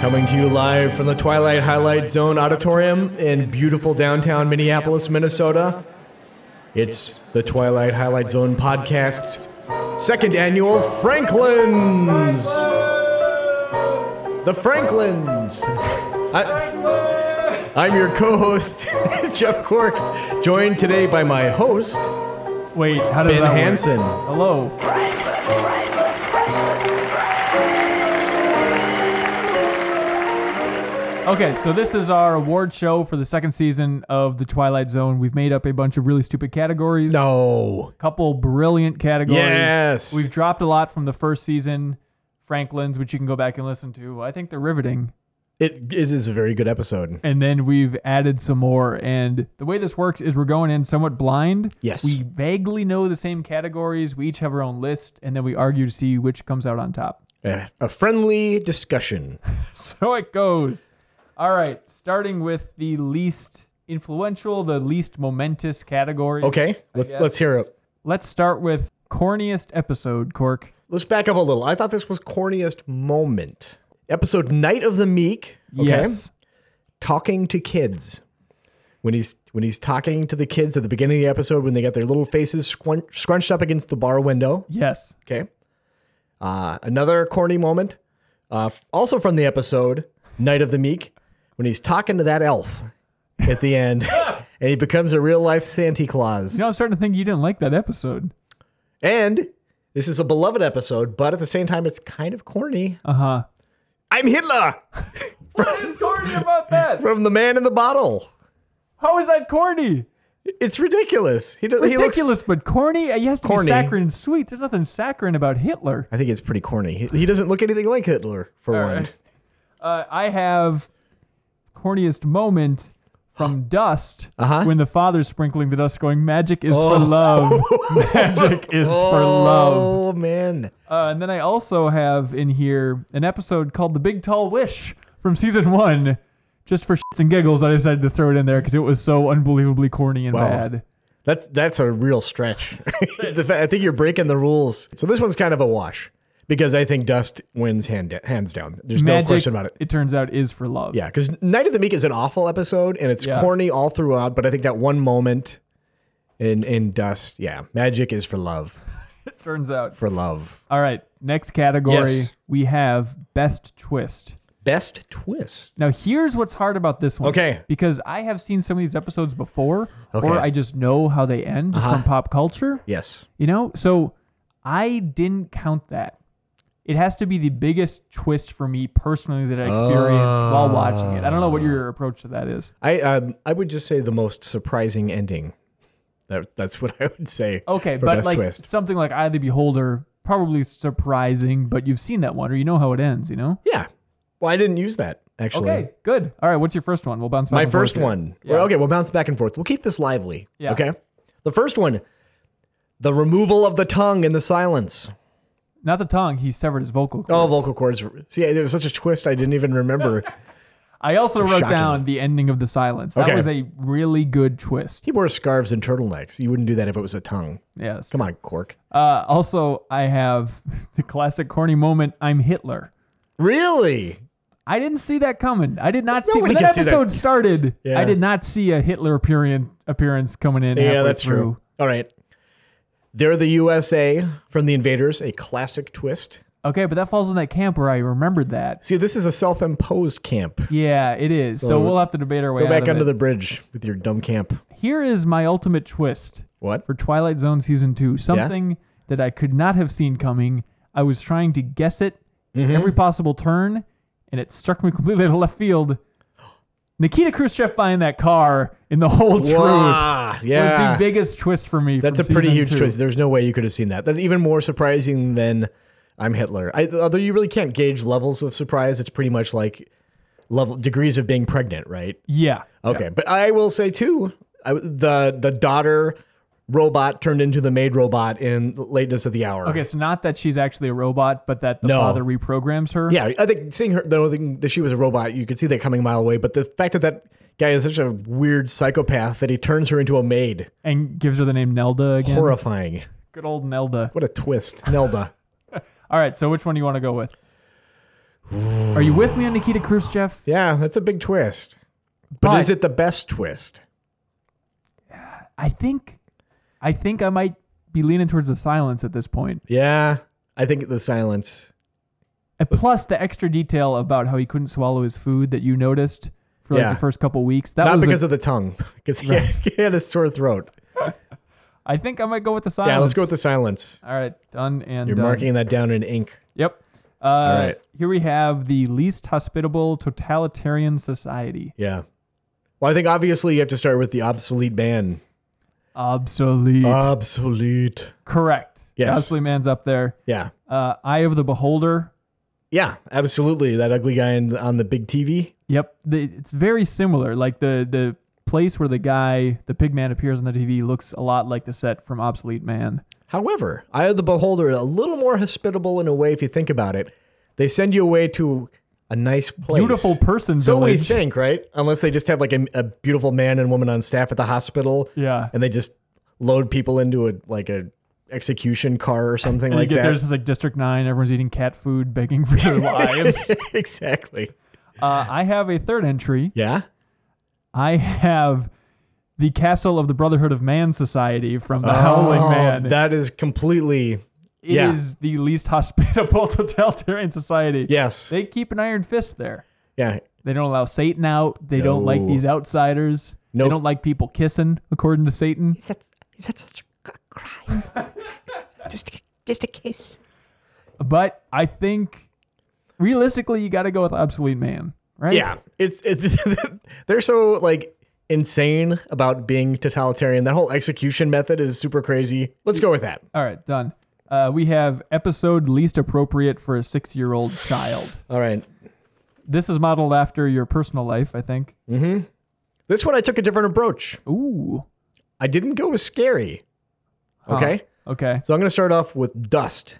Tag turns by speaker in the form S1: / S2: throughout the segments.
S1: Coming to you live from the Twilight Highlight Zone Auditorium in beautiful downtown Minneapolis, Minnesota. It's the Twilight Highlight Zone podcast, second annual Franklin's. The Franklin's. I, I'm your co host, Jeff Cork, joined today by my host,
S2: Wait, how does
S1: Ben
S2: that work?
S1: Hansen.
S2: Hello. Okay, so this is our award show for the second season of The Twilight Zone. We've made up a bunch of really stupid categories.
S1: No.
S2: Couple brilliant categories.
S1: Yes.
S2: We've dropped a lot from the first season, Franklin's, which you can go back and listen to. I think they're riveting.
S1: It, it is a very good episode.
S2: and then we've added some more. And the way this works is we're going in somewhat blind.
S1: Yes.
S2: We vaguely know the same categories. We each have our own list, and then we argue to see which comes out on top.
S1: A, a friendly discussion.
S2: So it goes. All right. Starting with the least influential, the least momentous category.
S1: Okay, let's,
S2: guess.
S1: let's hear it.
S2: Let's start with corniest episode, Cork.
S1: Let's back up a little. I thought this was corniest moment. Episode Night of the Meek. Okay.
S2: Yes.
S1: Talking to kids. When he's when he's talking to the kids at the beginning of the episode when they got their little faces squin- scrunched up against the bar window.
S2: Yes.
S1: Okay. Uh, another corny moment. Uh, f- also from the episode Night of the Meek when he's talking to that elf at the end and he becomes a real life Santa Claus.
S2: You know, I'm starting to think you didn't like that episode.
S1: And this is a beloved episode, but at the same time it's kind of corny.
S2: Uh huh.
S1: I'm Hitler.
S2: What is corny about that?
S1: from the man in the bottle.
S2: How is that corny?
S1: It's ridiculous. He does, He looks,
S2: ridiculous, but corny. He has to
S1: Corny.
S2: be saccharine and sweet. There's nothing saccharine about Hitler.
S1: I think it's pretty corny. He, he doesn't look anything like Hitler for one.
S2: right. Uh, I have corniest moment from Dust
S1: Uh-huh. Oh.
S2: when the father's sprinkling the dust, going, "Magic is for love. Magic is for love."
S1: Oh man,
S2: Uh, and then I also have in here an episode called "The Big Tall Wish" from season one. Just for shits and giggles, I decided to throw it in there because it was so unbelievably corny and bad.
S1: that's that's a real stretch. the fa- I think you're breaking the rules. So this one's kind of a wash because I think Dust wins hand, hands down. There's
S2: Magic,
S1: no question about it.
S2: turns out, is for love.
S1: Yeah, because Night of the Meek is an awful episode and it's
S2: Yeah.
S1: corny all throughout. But I think that one moment in in Dust, yeah, magic is for love.
S2: It turns out.
S1: For love,
S2: All right, next category
S1: Yes.
S2: we have best twist.
S1: best twist.
S2: Now here's what's hard about this one.
S1: Okay.
S2: Because I have seen some of these episodes before
S1: Okay. Uh-huh.
S2: or I just know how they end just from pop culture,
S1: Yes.
S2: you know? So I didn't count that. It has to be the biggest twist for me personally that I experienced while watching it. I don't know what your approach to that is.
S1: I um, I would just say the most surprising ending. That that's what I would say.
S2: Okay,
S1: for
S2: but
S1: best
S2: like
S1: twist.
S2: something like Eye of the Beholder, probably surprising, but you've seen that one or you know how it ends, you know?
S1: yeah. Well, I didn't use that actually.
S2: Okay, good. All right, what's your first one? We'll bounce back.
S1: My
S2: and forth
S1: first
S2: here.
S1: one.
S2: Yeah.
S1: Well, okay, we'll bounce back and forth. We'll keep this lively.
S2: Yeah.
S1: Okay. The first one, the removal of the tongue in the silence.
S2: Not the tongue. He severed his vocal cords.
S1: Oh, vocal cords. See, it was such a twist. I didn't even remember.
S2: I also wrote
S1: Shocking.
S2: down the ending of the silence. That
S1: Okay.
S2: was a really good twist.
S1: he wore scarves and turtlenecks. You wouldn't do that if it was a tongue.
S2: Yes.
S1: Come on, Cork.
S2: Uh, also, I have the classic corny moment. I'm Hitler.
S1: Really?
S2: I didn't see that coming. I did not see
S1: Nobody
S2: when that
S1: can see that.
S2: episode started.
S1: Yeah.
S2: I did not see a Hitler appearance appearance coming in.
S1: Yeah,
S2: halfway
S1: that's
S2: through.
S1: true. All right. They're the USA from the Invaders, a classic twist.
S2: Okay, but that falls in that camp where I remembered that.
S1: See, this is a self-imposed camp.
S2: Yeah, it is. So, we'll have to debate our way
S1: Go
S2: out
S1: back
S2: of
S1: under
S2: it.
S1: the bridge with your dumb camp.
S2: Here is my ultimate twist.
S1: What?
S2: for Twilight Zone season two. Something that I could not have seen coming. I was trying to guess it
S1: Mm-hmm.
S2: every possible turn, and it struck me completely out of left field. Nikita Khrushchev buying that car in the whole truth
S1: Wow. Yeah.
S2: was the biggest twist for me.
S1: That's a
S2: from
S1: pretty
S2: season
S1: huge
S2: two.
S1: twist. There's no way you could have seen that. That's even more surprising than I'm Hitler. I, although you really can't gauge levels of surprise. It's pretty much like level degrees of being pregnant, right?
S2: Yeah.
S1: Okay. But I will say too, I, the the daughter robot turned into the maid robot in Lateness of the Hour.
S2: Okay, so not that she's actually a robot, but that the
S1: No.
S2: father reprograms her.
S1: Yeah, I think seeing her, the thing that she was a robot, you could see that coming a mile away. But the fact that that guy is such a weird psychopath that he turns her into a maid,
S2: And gives her the name Nelda again.
S1: horrifying.
S2: Good old Nelda.
S1: What a twist, Nelda.
S2: All right, so which one do you want to go with? Are you with me on Nikita Khrushchev?
S1: Yeah, that's a big twist. But,
S2: But-
S1: is it the best twist?
S2: I think, I think I might be leaning towards the silence at this point.
S1: Yeah, I think the silence.
S2: And plus the extra detail about how he couldn't swallow his food that you noticed for like
S1: Yeah.
S2: the first couple weeks. That
S1: Not
S2: was. a-
S1: because of the tongue, because he, had- he had a sore throat.
S2: I think I might go with the silence.
S1: Yeah, let's go with the silence.
S2: All right, done and
S1: You're
S2: done.
S1: marking that down in ink.
S2: Yep. Uh,
S1: right.
S2: Here we have the least hospitable totalitarian society.
S1: Yeah. Well, I think obviously you have to start with the obsolete man.
S2: Obsolete.
S1: Obsolete.
S2: Correct.
S1: Uh, Yes.
S2: Obsolete man's up there.
S1: Yeah.
S2: Uh, Eye of the Beholder.
S1: Yeah, absolutely. That ugly guy in, on the big TV.
S2: Yep. The, it's very similar. Like the the place where the guy, the pig man, appears on the TV looks a lot like the set from Obsolete Man.
S1: However, Eye of the Beholder is a little more hospitable in a way if you think about it. They send you away to a nice place.
S2: Beautiful person
S1: So we
S2: village.
S1: think, right? Unless they just have like a, a beautiful man and woman on staff at the hospital.
S2: Yeah.
S1: And they just load people into a like a execution car or something
S2: And
S1: like
S2: you get
S1: that.
S2: there's like District Nine. Everyone's eating cat food, begging for their lives.
S1: exactly.
S2: Uh, I have a third entry.
S1: Yeah.
S2: I have the Castle of the Brotherhood of Man Society from The Howling
S1: Oh,
S2: Man. It is
S1: That is completely yeah.
S2: the least hospitable totalitarian society.
S1: yes.
S2: They keep an iron fist there.
S1: yeah.
S2: They don't allow Satan out. They don't like
S1: No.
S2: these outsiders.
S1: Nope.
S2: They don't like people kissing, according to Satan.
S3: Is that, is that such a c- crime? just, a- just a kiss.
S2: But I think realistically, you got to go with Obsolete Man, right?
S1: Yeah, it's, it's they're so like insane about being totalitarian. That whole execution method is super crazy. Let's go with that.
S2: All right, done. Uh, we have episode least appropriate for a six year old child.
S1: All right.
S2: This is modeled after your personal life, I think.
S1: This one I took a different approach.
S2: Ooh.
S1: I didn't go with scary.
S2: Huh.
S1: Okay?
S2: Okay.
S1: So I'm going to start off with dust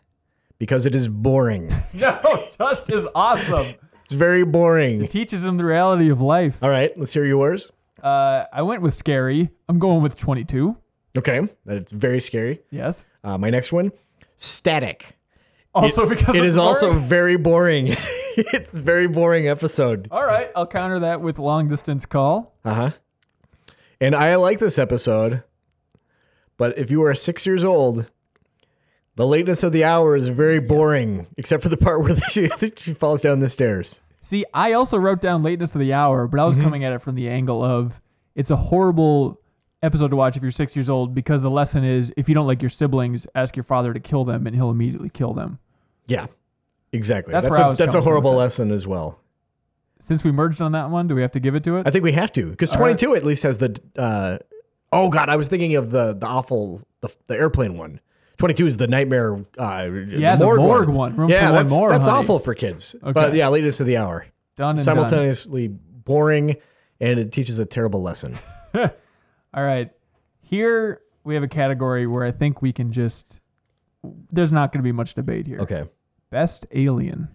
S1: because it is boring.
S2: No, Dust is awesome.
S1: it's very boring.
S2: Teaches him the reality of life.
S1: All right, let's hear yours.
S2: Uh, I went with scary. I'm going with 22.
S1: Okay, that it's very scary.
S2: Yes.
S1: Uh, my next one, static.
S2: Also because
S1: It
S2: of
S1: is
S2: the
S1: also
S2: word.
S1: very boring. it's a very boring episode.
S2: All right, I'll counter that with long distance call.
S1: Uh huh. And I like this episode, but if you are six years old, the lateness of the hour is very boring, except for the part where she, she falls down the stairs.
S2: See, I also wrote down lateness of the hour, but I was coming at it from the angle of it's a horrible episode to watch if you're six years old because the lesson is if you don't like your siblings, ask your father to kill them and he'll immediately kill them.
S1: Yeah, exactly.
S2: That's
S1: that's
S2: where
S1: a,
S2: I was
S1: that's a
S2: coming from
S1: horrible
S2: with that.
S1: lesson as well.
S2: Since we merged on that one, do we have to give it to it?
S1: I think we have to because
S2: All right.
S1: 22 at least has the. Uh, oh God, I was thinking of the the awful the, the airplane one. 22 is the nightmare. Uh,
S2: yeah, the morgue, one. Room
S1: Yeah,
S2: for
S1: that's,
S2: one more.
S1: that's
S2: honey.
S1: awful for kids. But yeah, latest of the hour.
S2: Done and done.
S1: simultaneously boring and it teaches a terrible lesson.
S2: All right. Here we have a category where I think we can just. There's not going to be much debate here.
S1: Okay.
S2: Best alien.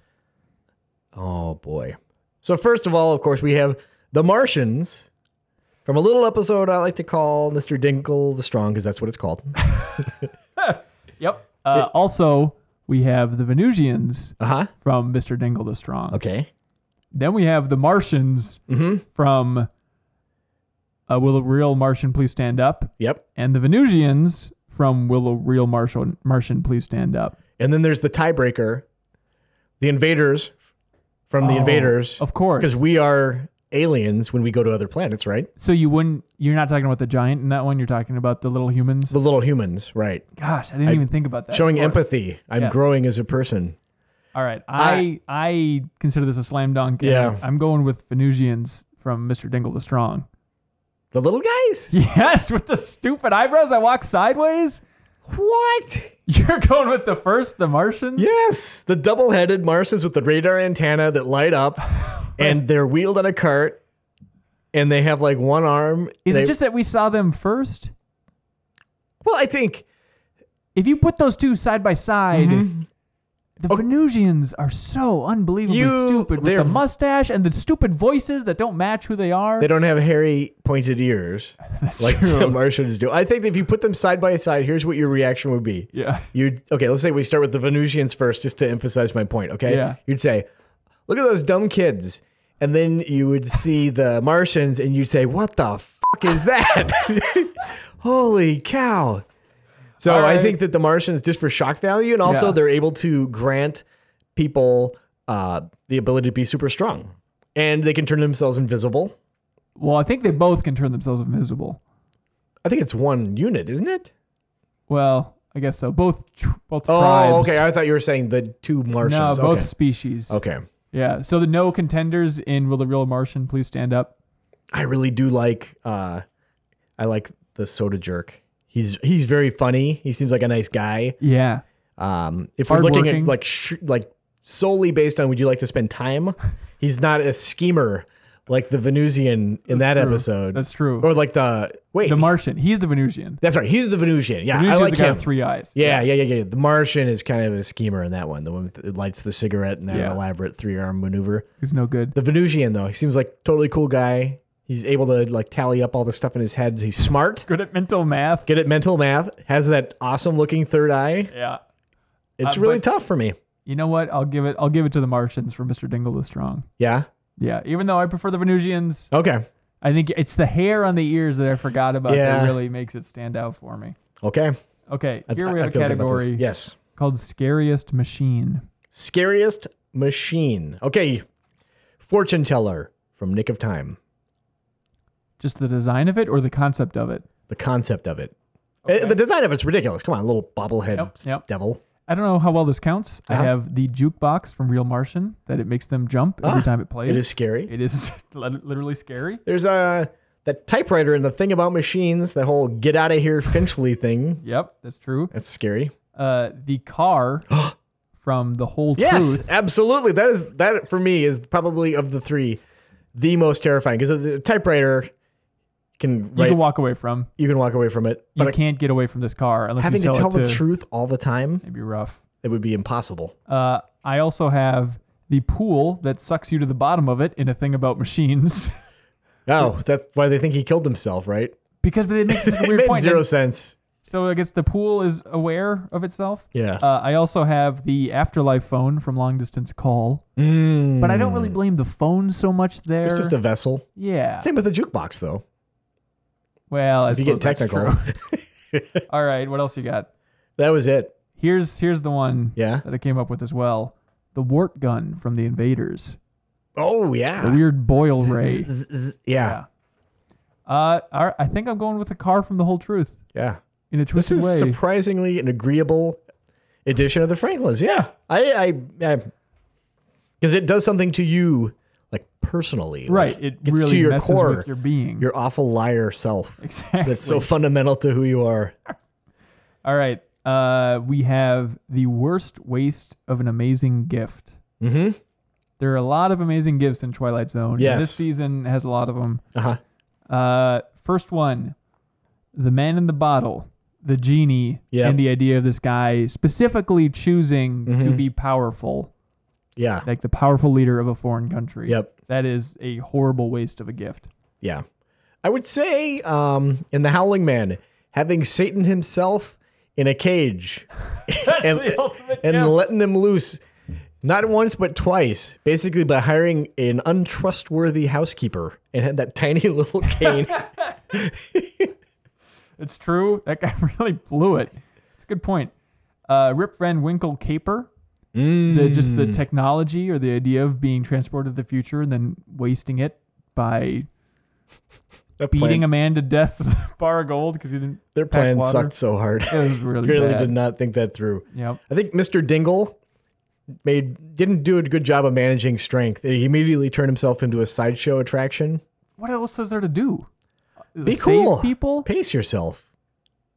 S1: Oh boy. So first of all, of course, we have The Martians from a little episode I like to call Mr. Dinkle the Strong because that's what it's called.
S2: Yep. Uh, also, we have the Venusians
S1: Uh huh.
S2: from Mr. Dingle the Strong.
S1: Okay. Mm-hmm.
S2: Then we have the Martians from uh, Will a Real Martian Please Stand Up?
S1: Yep.
S2: And the Venusians from Will a Real Martian, Martian Please Stand Up?
S1: And then there's the tiebreaker, the invaders from the
S2: Oh,
S1: invaders.
S2: Of course.
S1: Because we are aliens when we go to other planets, right?
S2: so you wouldn't, you're not talking about the giant in that one. You're talking about the little humans.
S1: The little humans, right?
S2: Gosh, I didn't even think about that.
S1: Showing
S2: Of course.
S1: empathy. I'm
S2: Yes.
S1: growing as a person.
S2: All right, I I consider this a slam dunk. and
S1: Yeah.
S2: I'm going with Venusians from Mr. Dingle the Strong.
S1: The little guys?
S2: Yes, with the stupid eyebrows that walk sideways.
S1: What?
S2: You're going with the first, the Martians.
S1: Yes, the double-headed Martians with the radar antenna that light up, and they're wheeled on a cart, and they have like one arm.
S2: Is
S1: They-
S2: it just that we saw them first?
S1: well? I think
S2: If you put those two side by side,
S1: Mm-hmm.
S2: the Venusians are so unbelievably
S1: Oh. You-
S2: stupid with
S1: they're-
S2: the mustache and the stupid voices that don't match who they are.
S1: they don't have hairy pointed ears like the Martians do. I think if you put them side by side, here's what your reaction would be.
S2: yeah.
S1: You'd okay. Let's say we start with the Venusians first, just to emphasize my point. Okay.
S2: Yeah.
S1: You'd say, look at those dumb kids. And then you would see the Martians and you'd say, what the fuck is that? Holy cow. So
S2: All
S1: I
S2: right.
S1: think that the Martians, just for shock value, and also
S2: Yeah.
S1: they're able to grant people uh, the ability to be super strong. And they can turn themselves invisible.
S2: Well, I think they both can turn themselves invisible.
S1: I think it's one unit, isn't it?
S2: Well, I guess so. Both tr- both
S1: Oh,
S2: tribes.
S1: okay. I thought you were saying the two
S2: No,
S1: Martians.
S2: both species.
S1: Okay. okay.
S2: Yeah. So the no contenders in Will the Real Martian Please Stand Up?
S1: I really do like uh I like the soda jerk. He's he's very funny. He seems like a nice guy.
S2: Yeah.
S1: Um if we're looking
S2: Hardworking.
S1: at like sh- like solely based on would you like to spend time, he's not a schemer like the Venusian in that
S2: That's true.
S1: episode. Oh,
S2: That's true.
S1: or like the wait.
S2: the Martian. He's the Venusian.
S1: that's right. He's the Venusian. Yeah,
S2: Venusian's
S1: I like
S2: the guy
S1: him.
S2: with three eyes.
S1: Yeah, yeah, yeah, yeah. The Martian is kind of a schemer in that one. The one that lights the cigarette and that
S2: Yeah.
S1: elaborate three-arm maneuver.
S2: He's no good.
S1: The Venusian though, he seems like totally cool guy. He's able to like tally up all the stuff in his head. He's smart.
S2: Good at mental math.
S1: Good at mental math. Has that awesome looking third eye.
S2: Yeah.
S1: It's
S2: Uh,
S1: really
S2: but-
S1: tough for me.
S2: You know what? I'll give it. I'll give it to the Martians for Mr. Dingle the Strong.
S1: Yeah.
S2: Yeah. Even though I prefer the Venusians,
S1: Okay.
S2: I think it's the hair on the ears that I forgot about
S1: Yeah.
S2: that really makes it stand out for me.
S1: Okay.
S2: Okay.
S1: I-
S2: Here
S1: I-
S2: we
S1: I
S2: have a
S1: feel good about this.
S2: category
S1: Yes.
S2: called Scariest Machine.
S1: Scariest machine. Okay. Fortune teller from Nick of Time.
S2: Just the design of it or the concept of it?
S1: The concept of it. Eh,
S2: Okay.
S1: The design of it's ridiculous. Come on, little bobblehead
S2: Yep,
S1: s-
S2: yep.
S1: devil.
S2: I don't know how well this counts. I
S1: Uh-huh.
S2: have the jukebox from Real Martian that it makes them jump every
S1: Ah,
S2: time it plays.
S1: It is scary.
S2: It is li- literally scary.
S1: There's uh, that typewriter and the thing about machines, that whole get out of here Finchley thing.
S2: Yep, that's true.
S1: That's scary.
S2: Uh, the car from The Whole
S1: Yes,
S2: Truth.
S1: absolutely. That is that for me is probably of the three the most terrifying because the typewriter can
S2: You
S1: write,
S2: can walk away from.
S1: walk away from it,
S2: You
S1: but
S2: can't get away from this car unless
S1: having
S2: you
S1: to
S2: sell
S1: tell
S2: it
S1: the
S2: to.
S1: truth all the time
S2: It'd be rough.
S1: it would be impossible.
S2: Uh, I also have the pool that sucks you to the bottom of it in a thing about machines
S1: Oh, that's why they think he killed himself, right?
S2: because it makes such a
S1: It
S2: weird
S1: made
S2: point.
S1: zero sense.
S2: So I guess the pool is aware of itself.
S1: Yeah,
S2: Uh, I also have the afterlife phone from long distance call,
S1: Mm.
S2: but I don't really blame the phone so much there.
S1: It's just a vessel.
S2: yeah.
S1: Same with the jukebox, though.
S2: well, I
S1: If you get
S2: suppose that's
S1: technical,
S2: true. All right, what else you got?
S1: that was it.
S2: Here's here's the one
S1: Yeah.
S2: that I came up with as well. The wart gun from the invaders.
S1: Oh
S2: The
S1: yeah,
S2: weird boil ray.
S1: Z- z- yeah,
S2: Yeah. Uh, all right, I think I'm going with the car from the whole truth
S1: yeah.
S2: in a
S1: This
S2: twisted
S1: is
S2: way.
S1: surprisingly an agreeable edition of the Franklins. Yeah, I, I, because it does something to you, like personally.
S2: right.
S1: Like,
S2: It
S1: gets
S2: really
S1: to your
S2: messes
S1: core,
S2: with your being.
S1: your awful liar self.
S2: exactly.
S1: That's so fundamental to who you are.
S2: all right. Uh, we have the worst waste of an amazing gift.
S1: Mm-hmm.
S2: There are a lot of amazing gifts in Twilight Zone. and
S1: Yes.
S2: This season has a lot of them.
S1: Uh huh.
S2: Uh, first one, the man in the bottle, the genie,
S1: Yeah.
S2: and the idea of this guy specifically choosing to
S1: Mm-hmm.
S2: be powerful,
S1: Yeah.
S2: like the powerful leader of a foreign country.
S1: Yep.
S2: That is a horrible waste of a gift.
S1: Yeah. I would say, um, in the Howling Man, having Satan himself in a cage
S2: That's
S1: And- the
S2: ultimate
S1: and letting him loose. Not once, but twice. Basically, by hiring an untrustworthy housekeeper and had that tiny little cane.
S2: It's true. That guy really blew it. It's a good point. Uh, Rip Van Winkle caper. The, Mm. just
S1: Hmm.
S2: the technology or the idea of being transported to the future and then wasting it by beating a man to death with a bar of gold because he didn't.
S1: Their
S2: pack
S1: plan
S2: water.
S1: sucked so hard.
S2: It was really,
S1: really
S2: bad.
S1: did not think that through.
S2: Yep.
S1: I think Mr. Dingle made didn't do a good job of managing strength. He immediately turned himself into a sideshow attraction.
S2: What else is there to do? Uh,
S1: Be
S2: Save
S1: cool.
S2: people.
S1: Pace yourself.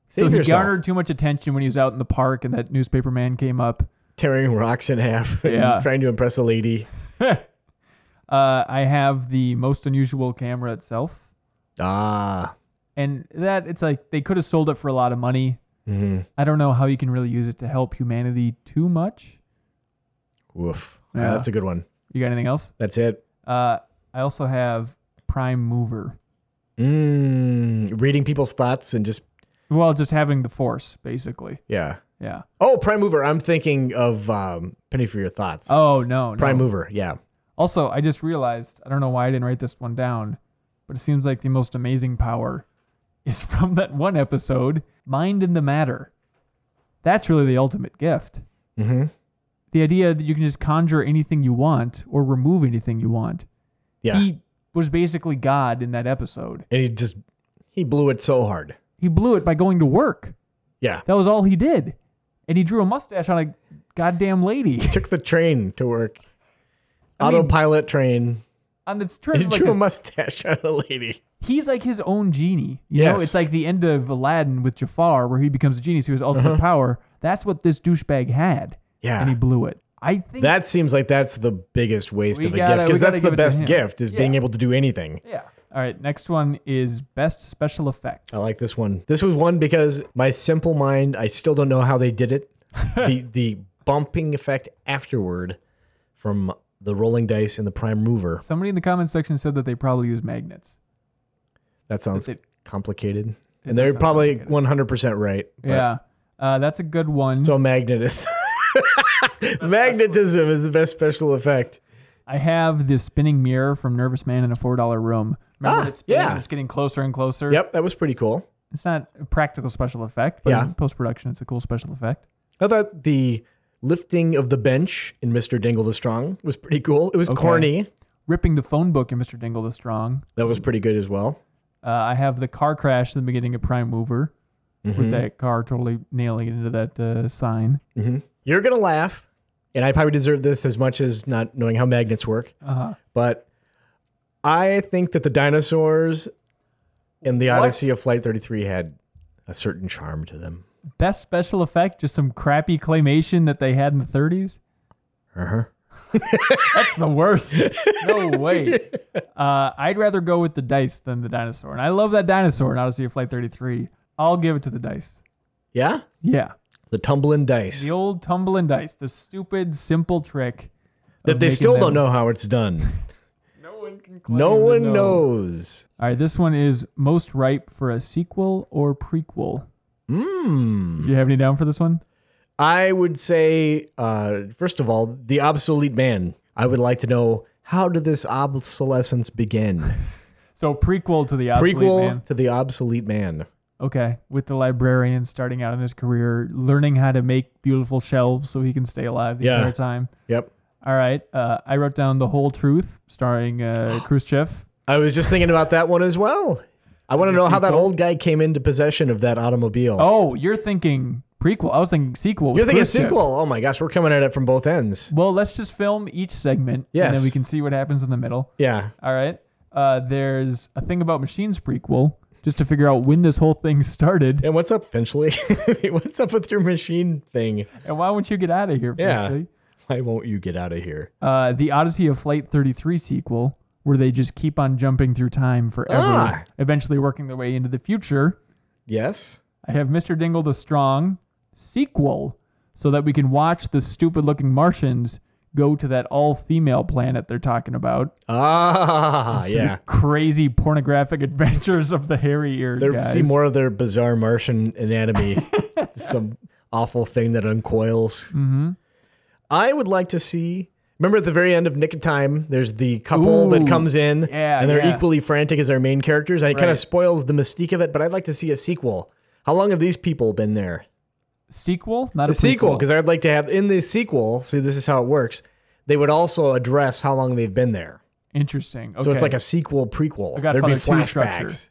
S2: So
S1: Save
S2: he
S1: yourself.
S2: garnered too much attention when he was out in the park and that newspaper man came up.
S1: Tearing rocks in half. and
S2: Yeah.
S1: Trying to impress a lady.
S2: Uh, I have the most unusual camera itself.
S1: Ah.
S2: and that it's like they could have sold it for a lot of money.
S1: Mhm.
S2: I don't know how you can really use it to help humanity too much.
S1: Woof. Yeah,
S2: Yeah.
S1: that's a good one.
S2: You got anything else?
S1: That's it.
S2: Uh, I also have Prime Mover.
S1: Mm, reading people's thoughts and just
S2: Well, just having the force, basically.
S1: yeah.
S2: Yeah.
S1: Oh, prime mover. I'm thinking of um, penny for your thoughts.
S2: Oh no. no.
S1: prime mover. Yeah.
S2: Also, I just realized I don't know why I didn't write this one down, but it seems like the most amazing power is from that one episode, Mind in the Matter. That's really the ultimate gift.
S1: Mm-hmm.
S2: The idea that you can just conjure anything you want or remove anything you want.
S1: Yeah.
S2: He was basically God in that episode.
S1: and he just he blew it so hard.
S2: He blew it by going to work.
S1: Yeah.
S2: That was all he did. And he drew a mustache on a goddamn lady
S1: Took the train to work.
S2: I mean-
S1: Autopilot train.
S2: on the
S1: He
S2: turn. Like
S1: drew a
S2: this-
S1: mustache on a lady.
S2: he's like his own genie. You know,
S1: Yes.
S2: it's like the end of Aladdin with Jafar, where he becomes a genie, so he has ultimate power. That's what this douchebag had, and
S1: Uh-huh. Yeah.
S2: he blew it. I think
S1: That seems like that's the biggest waste
S2: We
S1: of a
S2: gotta-
S1: gift
S2: we
S1: because
S2: gotta
S1: that's the
S2: give it to
S1: best
S2: him.
S1: gift is being
S2: Yeah.
S1: able to do anything.
S2: Yeah. All right. Next one is best special effect.
S1: I like this one. This was one because my simple mind, I still don't know how they did it. the the bumping effect afterward from the rolling dice and the prime mover.
S2: Somebody in the comment section said that they probably use magnets.
S1: That sounds
S2: That's it.
S1: complicated.
S2: It
S1: and
S2: does
S1: they're
S2: sound
S1: probably
S2: complicated.
S1: 100% right. but-
S2: yeah. Uh, that's a good one.
S1: So magnet is. Magnetism is the best special effect.
S2: I have the spinning mirror from Nervous Man in a four dollar room. Remember
S1: Ah,
S2: when it's spinning
S1: yeah.
S2: and it's getting closer and closer.
S1: Yep, that was pretty cool.
S2: It's not a practical special effect, but
S1: Yeah.
S2: in post production, it's a cool special effect.
S1: I thought the lifting of the bench in Mr. Dingle the Strong was pretty cool. It was
S2: Okay.
S1: corny.
S2: Ripping the phone book in Mr. Dingle the Strong.
S1: That was pretty good as well.
S2: Uh, I have the car crash in the beginning of Prime Mover
S1: Mm-hmm.
S2: with that car totally nailing it into that uh, sign.
S1: You're going to laugh, and I probably deserve this as much as not knowing how magnets work,
S2: Uh,
S1: but I think that the dinosaurs in the Odyssey of Flight 33 had a certain charm to them.
S2: best special effect, just some crappy claymation that they had in the 30s.
S1: Uh-huh.
S2: That's the worst. no way. Uh, I'd rather go with the dice than the dinosaur. And I love that dinosaur in Odyssey of Flight 33. I'll give it to the dice.
S1: Yeah?
S2: Yeah.
S1: The tumbling dice.
S2: The old tumble and dice, the stupid, simple trick.
S1: that they still don't know how it's done.
S2: No one can
S1: no one knows.
S2: All right, this one is most ripe for a sequel or prequel.
S1: Hmm.
S2: Do you have any down for this one?
S1: I would say, uh, first of all, the obsolete man. I would like to know how did this obsolescence begin?
S2: So prequel to the obsolete
S1: Prequel
S2: man.
S1: to the obsolete man.
S2: Okay, with the librarian starting out in his career, learning how to make beautiful shelves so he can stay alive the
S1: Yeah.
S2: entire time.
S1: Yep.
S2: All right, uh, I wrote down the whole truth, starring uh, Khrushchev.
S1: I was just thinking about that one as well. I want to know how that
S2: sequel?
S1: old guy came into possession of that automobile.
S2: Oh, you're thinking prequel? I was thinking sequel. with
S1: You're thinking
S2: Khrushchev.
S1: sequel. Oh my gosh, we're coming at it from both ends.
S2: Well, let's just film each segment, and
S1: Yes.
S2: then we can see what happens in the middle.
S1: Yeah.
S2: All right. Uh, there's a thing about machines prequel, just to figure out when this whole thing started.
S1: And what's up, Finchley? what's up with your machine thing?
S2: And why won't you get out of here,
S1: Yeah.
S2: Fishy?
S1: Why won't you get out of here?
S2: Uh, the Odyssey of Flight 33 sequel, where they just keep on jumping through time forever,
S1: Ah.
S2: eventually working their way into the future.
S1: Yes.
S2: I have Mr. Dingle the Strong sequel, so that we can watch the stupid looking Martians go to that all female planet they're talking about.
S1: Ah,
S2: So the
S1: yeah.
S2: crazy pornographic adventures of the hairy ear.
S1: There,
S2: guys.
S1: see more of their bizarre Martian anatomy. Some awful thing that uncoils.
S2: Mm-hmm.
S1: I would like to see. Remember at the very end of Nick of Time, there's the couple
S2: Ooh,
S1: that comes in,
S2: yeah,
S1: and they're
S2: yeah.
S1: equally frantic as our main characters, and it kind
S2: Right.
S1: of spoils the mystique of it. But I'd like to see a sequel. How long have these people been there?
S2: sequel, not
S1: A
S2: a
S1: sequel,
S2: prequel.
S1: because I'd like to have in the sequel. See, this is how it works. They would also address how long they've been there,
S2: Interesting. Okay.
S1: so it's like a sequel prequel. There'd be
S2: Godfather 2 structure.
S1: flashbacks.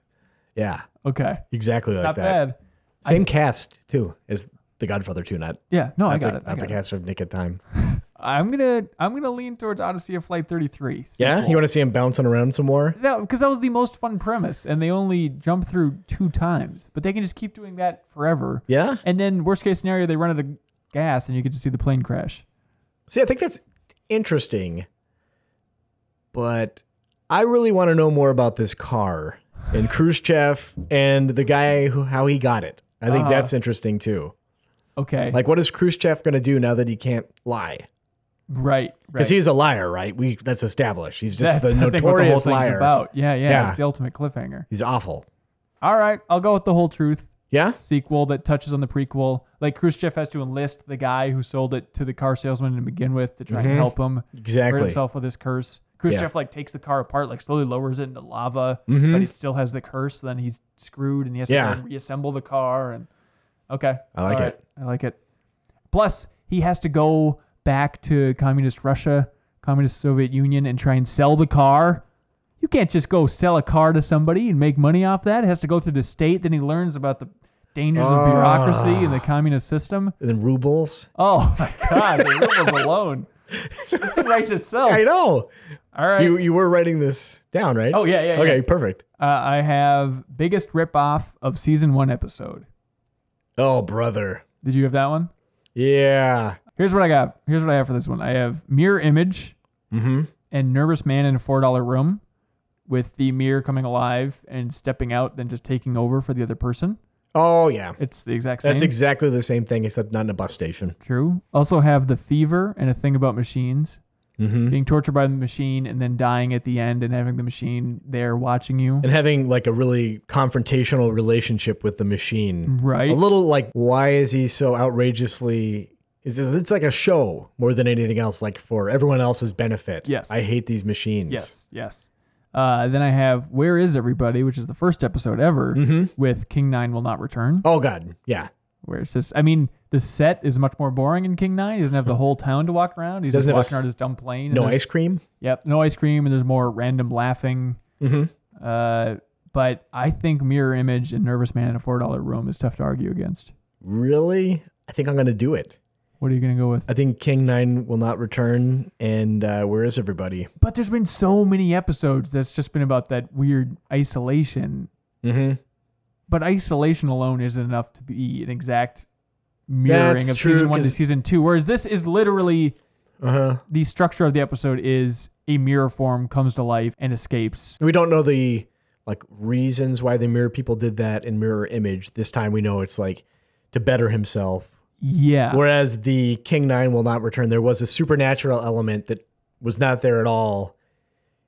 S1: Yeah,
S2: okay.
S1: exactly like
S2: Not
S1: that.
S2: bad.
S1: Same cast too as The Godfather 2, not,
S2: Yeah. No, Oh, I
S1: not
S2: got
S1: the,
S2: it. I
S1: not the
S2: got it.
S1: cast of Nick at Time.
S2: I'm gonna I'm gonna lean towards Odyssey of Flight 33.
S1: Yeah, you want to see him bouncing around some more?
S2: that because that was the most fun premise, and they only jump through two times, but they can just keep doing that forever.
S1: Yeah.
S2: And then worst case scenario, they run out of gas, and you get to see the plane crash.
S1: See, I think that's interesting, but I really want to know more about this car and Khrushchev and the guy who how he got it. I
S2: Uh-huh.
S1: think that's interesting too.
S2: Okay.
S1: Like, what is Khrushchev going to do now that he can't lie?
S2: right. Right.
S1: Because he's a liar, right? We that's established. He's just
S2: That's
S1: the
S2: I think, what the whole
S1: notorious
S2: thing's
S1: liar.
S2: about. Yeah, yeah.
S1: Yeah.
S2: It's the ultimate cliffhanger.
S1: He's awful.
S2: All right, I'll go with the whole truth.
S1: Yeah?
S2: sequel that touches on the prequel. Like Khrushchev has to enlist the guy who sold it to the car salesman to begin with to try
S1: Mm-hmm.
S2: and help him
S1: Exactly.
S2: rid himself of this curse. Khrushchev
S1: Yeah. Mm-hmm.
S2: like takes the car apart, like slowly lowers it into lava, but it still has the curse. So then he's screwed, and he has to
S1: Yeah.
S2: try and reassemble the car. And okay,
S1: I like
S2: All
S1: it.
S2: right. I like it. Plus, he has to go back to communist Russia, communist Soviet Union, and try and sell the car. You can't just go sell a car to somebody and make money off that. It has to go through the state. Then he learns about the dangers of bureaucracy and
S1: Ah.
S2: the communist system.
S1: And then rubles.
S2: Oh my God, the rubles alone. This thing writes itself.
S1: I know.
S2: All Oh. right.
S1: You you were writing this down, right?
S2: Oh, yeah, yeah,
S1: Okay,
S2: yeah.
S1: perfect.
S2: Uh, I have biggest ripoff of season one episode.
S1: Oh, brother.
S2: Did you have that one?
S1: Yeah.
S2: Here's what I got. Here's what I have for this one. I have mirror image
S1: Mm-hmm.
S2: and nervous man in a four dollar room, with the mirror coming alive and stepping out, then just taking over for the other person.
S1: Oh, yeah.
S2: It's the exact same.
S1: That's exactly the same thing, except not in a bus station.
S2: True. Also have the fever and a thing about machines,
S1: Mm-hmm.
S2: being tortured by the machine and then dying at the end and having the machine there watching you.
S1: And having like a really confrontational relationship with the machine.
S2: Mm. Right.
S1: A little like, why is he so outrageously. Is this- It's like a show more than anything else, like for everyone else's benefit.
S2: Yes.
S1: I hate these machines.
S2: Yes, yes. Uh, then I have Where is Everybody, which is the first episode ever
S1: Mm-hmm.
S2: with King Nine Will Not Return,
S1: Oh, God. Yeah.
S2: where it's just, I mean, the set is much more boring in King Nine. He doesn't have the whole town to walk around. He's
S1: Doesn't
S2: just
S1: have a
S2: walking
S1: s-
S2: around his dumb plane. and
S1: No
S2: there's-
S1: ice cream.
S2: Yep, no ice cream, and there's more random laughing. Mm-hmm. Uh, but I think Mirror Image and Nervous Man in a $4 Room is tough to argue against.
S1: Really? I think I'm going to do it.
S2: What are you going to go with?
S1: I think King Nine will not return. And uh, where is everybody?
S2: But there's been so many episodes that's just been about that weird isolation.
S1: Mm-hmm.
S2: But isolation alone isn't enough to be an exact mirroring
S1: That's
S2: of
S1: true,
S2: season one to
S1: 'cause-
S2: season two. Whereas this is literally
S1: Uh huh.
S2: the structure of the episode is a mirror form comes to life and escapes.
S1: We don't know the like reasons why the mirror people did that in mirror image. This time we know it's like to better himself.
S2: Yeah.
S1: Whereas the King Nine will not return. There was a supernatural element that was not there at all.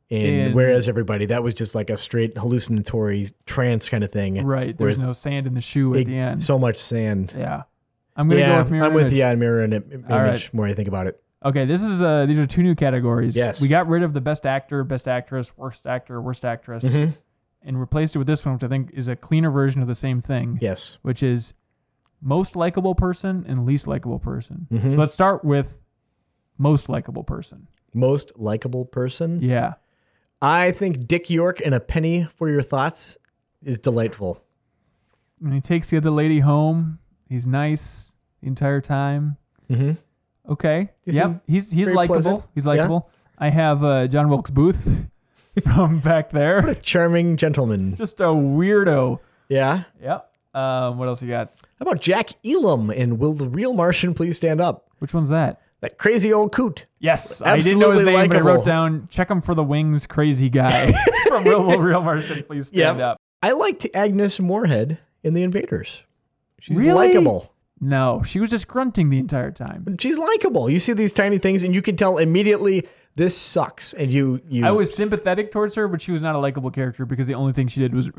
S1: And
S2: In-
S1: whereas everybody, that was just like a straight hallucinatory trance kind of thing.
S2: Right.
S1: Whereas-
S2: There's no sand in the shoe at
S1: Big-
S2: the end.
S1: So much sand.
S2: yeah. I'm gonna go
S1: yeah,
S2: with mirror
S1: I'm with
S2: image.
S1: yeah, mirror and image.
S2: All right.
S1: More I think about it.
S2: Okay, this is uh these are two new categories.
S1: Yes.
S2: We got rid of the best actor, best actress, worst actor, worst actress,
S1: Mm-hmm.
S2: and replaced it with this one, which I think is a cleaner version of the same thing,
S1: Yes.
S2: which is most likable person and least likable person.
S1: Mm-hmm.
S2: So let's start with most likable person.
S1: Most likable person.
S2: Yeah.
S1: I think Dick York and a penny for your thoughts is delightful.
S2: And he takes the other lady home. He's nice the entire time.
S1: Mhm.
S2: Okay.
S1: He seemed
S2: yep. He's he's
S1: very
S2: likable.
S1: pleasant.
S2: He's
S1: Yeah.
S2: likable. I have uh, John Wilkes Booth from back there.
S1: Charming gentleman.
S2: Just a weirdo.
S1: Yeah.
S2: Yep. Um, what else you got?
S1: How about Jack Elam and Will the Real Martian Please Stand Up?
S2: Which one's that?
S1: That crazy old coot.
S2: Yes, I didn't know his
S1: Absolutely
S2: name, but I
S1: likable.
S2: wrote down "Check him for the wings, crazy guy" from Real World Real Martian. Please stand
S1: Yep.
S2: up.
S1: I liked Agnes Moorehead in The Invaders. She's
S2: Really?
S1: likable.
S2: No, she was just grunting the entire time.
S1: She's likable. You see these tiny things and you can tell immediately this sucks. And you, you
S2: I was sympathetic towards her, but she was not a likable character because the only thing she did was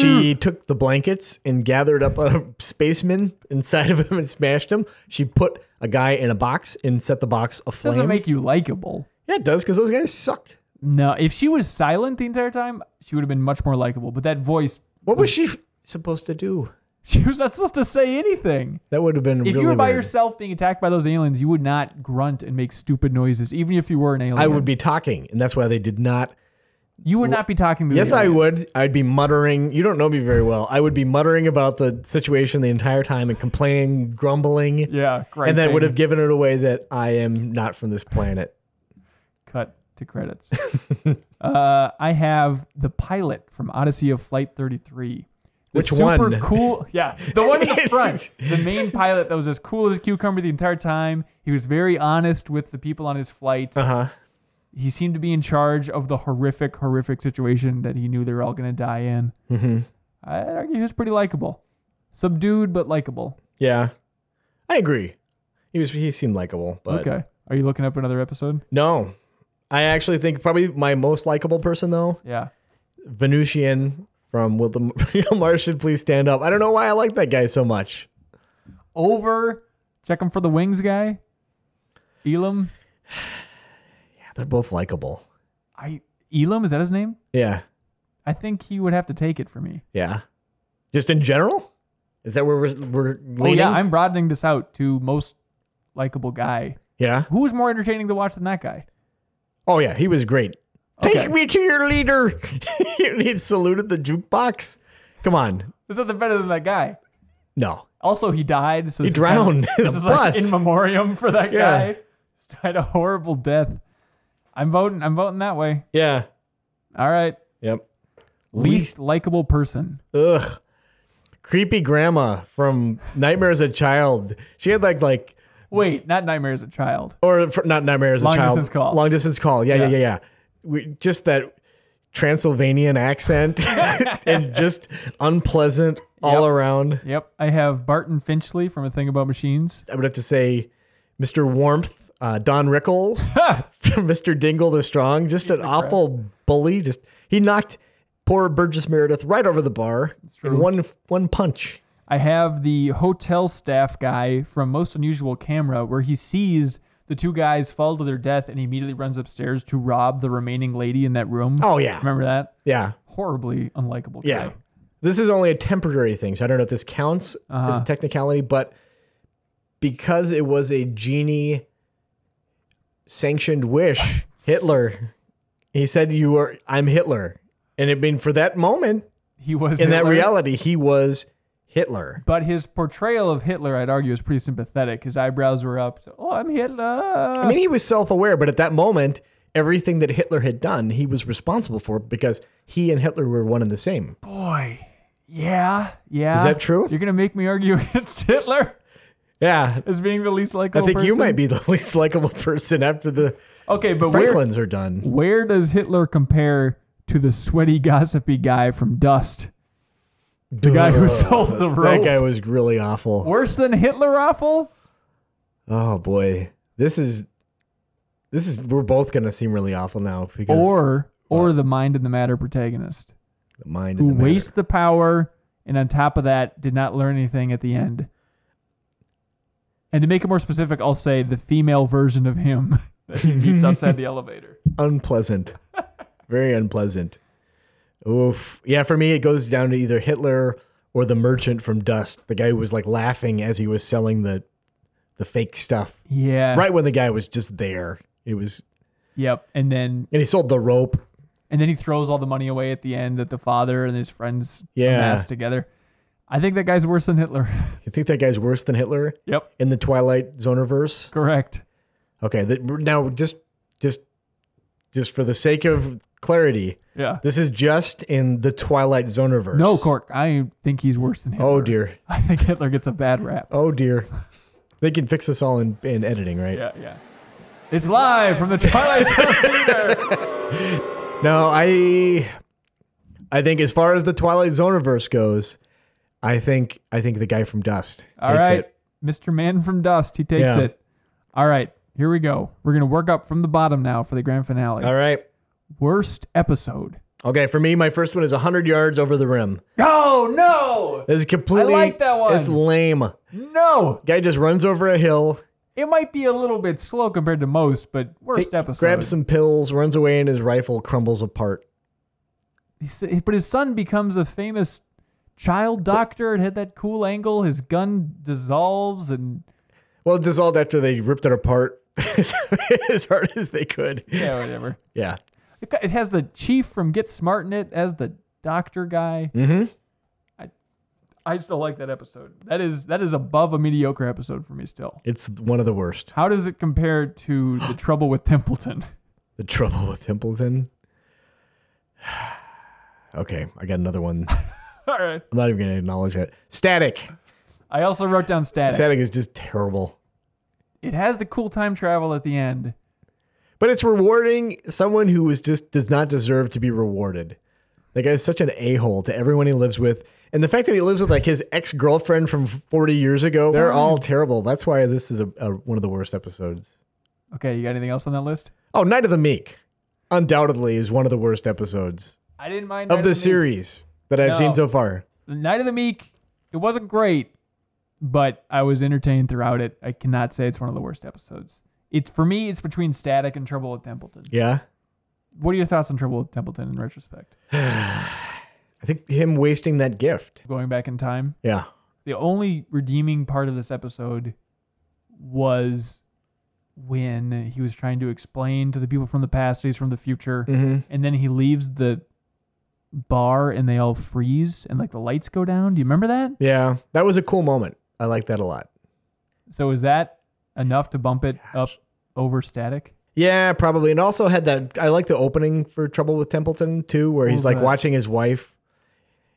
S1: she took the blankets and gathered up a spaceman inside of him and smashed him. She put a guy in a box and set the box aflame.
S2: doesn't make you likable.
S1: yeah, it does because those guys sucked.
S2: No, if she was silent the entire time, she would have been much more likable. But that voice,
S1: What was she supposed to do?
S2: she was not supposed to say anything.
S1: That would have been
S2: If
S1: really
S2: you were by
S1: weird.
S2: yourself being attacked by those aliens, you would not grunt and make stupid noises, even if you were an alien.
S1: I would be talking, and that's why they did not.
S2: You would not be talking to.
S1: Yes,
S2: the
S1: I
S2: aliens.
S1: would. I'd be muttering. You don't know me very well. I would be muttering about the situation the entire time and complaining, grumbling,
S2: Yeah, great.
S1: and that would have given it away that I am not from this planet.
S2: cut to credits. uh, I have the pilot from Odyssey of Flight 33. The
S1: Which
S2: super
S1: one?
S2: cool. Yeah, the one in the front. The main pilot that was as cool as a cucumber the entire time. He was very honest with the people on his flight.
S1: Uh huh.
S2: He seemed to be in charge of the horrific, horrific situation that he knew they were all going to die in. Mm-hmm. I'd argue he was pretty likable. Subdued, but likable.
S1: Yeah, I agree. He was. He seemed likable, but
S2: Okay. Are you looking up another episode?
S1: no. I actually think probably my most likable person though,
S2: Yeah.
S1: Venusian from Will the Real Martian Please Stand Up. I don't know why I like that guy so much.
S2: Over. Check him for the wings guy. Elam.
S1: Yeah, they're both likable.
S2: I Elam, is that his name?
S1: Yeah.
S2: I think he would have to take it for me.
S1: Yeah. Just in general? Is that where we're, we're
S2: Oh
S1: leaning?
S2: yeah, I'm broadening this out to most likable guy.
S1: yeah.
S2: Who's more entertaining to watch than that guy?
S1: Oh, yeah. He was great.
S2: Okay.
S1: Take me to your leader. he saluted the jukebox. Come on.
S2: There's nothing better than that guy.
S1: No.
S2: Also, he died. So
S1: He
S2: this is kind of-
S1: drowned in
S2: this
S1: a
S2: is
S1: bus.
S2: like in memoriam for that
S1: Yeah.
S2: guy. He's died a horrible death. I'm voting. I'm voting that way.
S1: Yeah.
S2: All right.
S1: Yep.
S2: Least likable person.
S1: Ugh. Creepy grandma from Nightmare as a Child. She had like like
S2: Wait, not nightmare as a child.
S1: or for, not Nightmare as a
S2: Long
S1: Child.
S2: distance call.
S1: Long distance call. Yeah, yeah, yeah,
S2: Yeah.
S1: yeah. We, just that Transylvanian accent and just unpleasant all
S2: Yep.
S1: around.
S2: Yep. I have Barton Finchley from A Thing About Machines.
S1: I would have to say Mr. Warmth, uh, Don Rickles, Mr. Dingle the Strong, just an awful bully. Just he knocked poor Burgess Meredith right over the bar in
S2: true.
S1: one one punch.
S2: I have the hotel staff guy from Most Unusual Camera, where he sees the two guys fall to their death and he immediately runs upstairs to rob the remaining lady in that room.
S1: Oh, yeah.
S2: Remember that?
S1: Yeah,
S2: Horribly unlikable.
S1: yeah.
S2: guy.
S1: This is only a temporary thing, so I don't know if this counts as a technicality, but because it was a genie sanctioned wish, Hitler, he said, "You are, I'm Hitler," and it mean for that moment
S2: He was
S1: in that
S2: Hitler,
S1: reality, he was Hitler.
S2: But his portrayal of Hitler, I'd argue, is pretty sympathetic. His eyebrows were up. So, oh, I'm Hitler.
S1: I mean, he was self aware, but at that moment, everything that Hitler had done, he was responsible for because he and Hitler were one and the same.
S2: Boy. Yeah. Yeah.
S1: Is that true?
S2: You're going to make me argue against Hitler
S1: Yeah.
S2: as being the least
S1: I
S2: likable
S1: think you
S2: person?
S1: might be the least likable person after the
S2: Okay, but where,
S1: Franklins are done.
S2: where does Hitler compare to the sweaty, gossipy guy from Dust? The guy who sold the rope.
S1: Uh, That guy was really awful.
S2: Worse than Hitler awful?
S1: Oh boy. This is this is we're both gonna seem really awful now because
S2: Or or the mind in the matter protagonist
S1: the mind and
S2: who
S1: the matter.
S2: wasted the power and on top of that did not learn anything at the end. And to make it more specific, I'll say the female version of him that he meets outside the elevator.
S1: unpleasant. Very unpleasant. Oof. Yeah, for me it goes down to either Hitler or the merchant from Dust, the guy who was like laughing as he was selling the the fake stuff.
S2: Yeah.
S1: Right when the guy was just there. It was
S2: Yep. And then
S1: and he sold the rope.
S2: and then he throws all the money away at the end that the father and his friends
S1: Yeah.
S2: amassed together. I think that guy's worse than Hitler.
S1: You think that guy's worse than Hitler
S2: yep.
S1: in the Twilight Zoneverse?
S2: Correct.
S1: Okay, that, now just just just for the sake of clarity,
S2: Yeah.
S1: this is just in the Twilight Zoneverse.
S2: No, Cork. I think he's worse than Hitler.
S1: Oh dear.
S2: I think Hitler gets a bad rap.
S1: Oh dear. They can fix this all in, in editing, right?
S2: Yeah, yeah. It's live from the Twilight Zone.
S1: No, I I think as far as the Twilight Zoneverse goes, I think I think the guy from Dust
S2: All
S1: takes
S2: right.
S1: it.
S2: Mr. Man from Dust. He takes
S1: Yeah.
S2: it. All right. Here we go. We're going to work up from the bottom now for the grand finale.
S1: All right.
S2: Worst episode.
S1: Okay, for me, my first one is 100 yards over the rim.
S2: Oh, no.
S1: This is completely.
S2: like that one.
S1: It's lame.
S2: No.
S1: Guy just runs over a hill,
S2: It might be a little bit slow compared to most, but worst episode.
S1: grabs some pills, runs away, and his rifle crumbles apart.
S2: He s- But his son becomes a famous child doctor. It had that cool angle. His gun dissolves and
S1: Well, it dissolved after they ripped it apart as hard as they could.
S2: yeah, whatever.
S1: Yeah.
S2: It got- It has the chief from Get Smart in it as the doctor guy.
S1: Mm-hmm.
S2: I still like that episode. That is that is above a mediocre episode for me still.
S1: It's one of the worst.
S2: How does it compare to the trouble with Templeton?
S1: The trouble with Templeton. okay, I got another one. I'm
S2: All right.
S1: not even going to acknowledge it. Static.
S2: I also wrote down static.
S1: Static is just terrible.
S2: It has the cool time travel at the end.
S1: But it's rewarding someone who is just does not deserve to be rewarded. That guy's such an a-hole to everyone he lives with. And the fact that he lives with like his ex-girlfriend from 40 years ago, they're all terrible. That's why this is a, a, one of the worst episodes.
S2: Okay, you got anything else on that list?
S1: Oh, Night of the Meek, undoubtedly is one of the worst episodes
S2: I didn't mind
S1: of
S2: Night
S1: the
S2: Meek.
S1: series. that I've seen
S2: No.
S1: so far.
S2: The Night of the Meek, it wasn't great, but I was entertained throughout it. I cannot say it's one of the worst episodes. It's for me, it's between Static and Trouble at Templeton.
S1: Yeah.
S2: What are your thoughts on Trouble at Templeton in retrospect?
S1: I think him wasting that gift.
S2: Going back in time,
S1: Yeah.
S2: the only redeeming part of this episode was when he was trying to explain to the people from the past that he's from the future,
S1: Mm. Mm-hmm.
S2: and then he leaves the bar and they all freeze and like the lights go down. Do you remember that?
S1: Yeah. That was a cool moment. I like that a lot.
S2: So is that enough to bump it up over static?
S1: Yeah, probably. And also had that I like the opening for Trouble with Templeton too, where he's
S2: was
S1: like
S2: that?
S1: watching his wife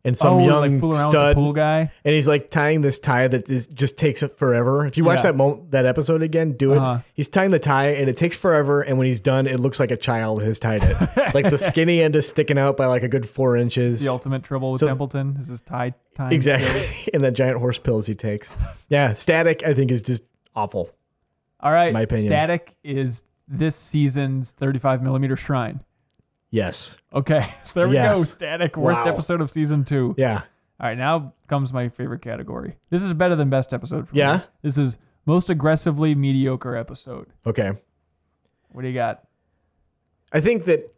S1: and some
S2: oh,
S1: young
S2: like fool around with
S1: stud
S2: the pool guy.
S1: and he's like tying this tie that is, just takes it forever. If you watch
S2: Yeah.
S1: that mo- that episode again, do it.
S2: Uh-huh.
S1: He's tying the tie and it takes forever. And when he's done, it looks like a child has tied it. like the skinny end is sticking out by like a good four inches.
S2: The ultimate trouble with
S1: So-
S2: Templeton. This is tie time. skills.
S1: exactly. and the giant horse pills he takes. Yeah, static. I think is just awful.
S2: All right.
S1: My opinion.
S2: Static is this season's 35 millimeter shrine.
S1: Yes.
S2: Okay. There we go.
S1: Yes.
S2: Static. Worst
S1: Wow.
S2: episode of season two.
S1: Yeah.
S2: All right. Now comes my favorite category. This is better than best episode for me.
S1: Yeah?
S2: This is most aggressively mediocre episode.
S1: Okay.
S2: What do you got?
S1: I think that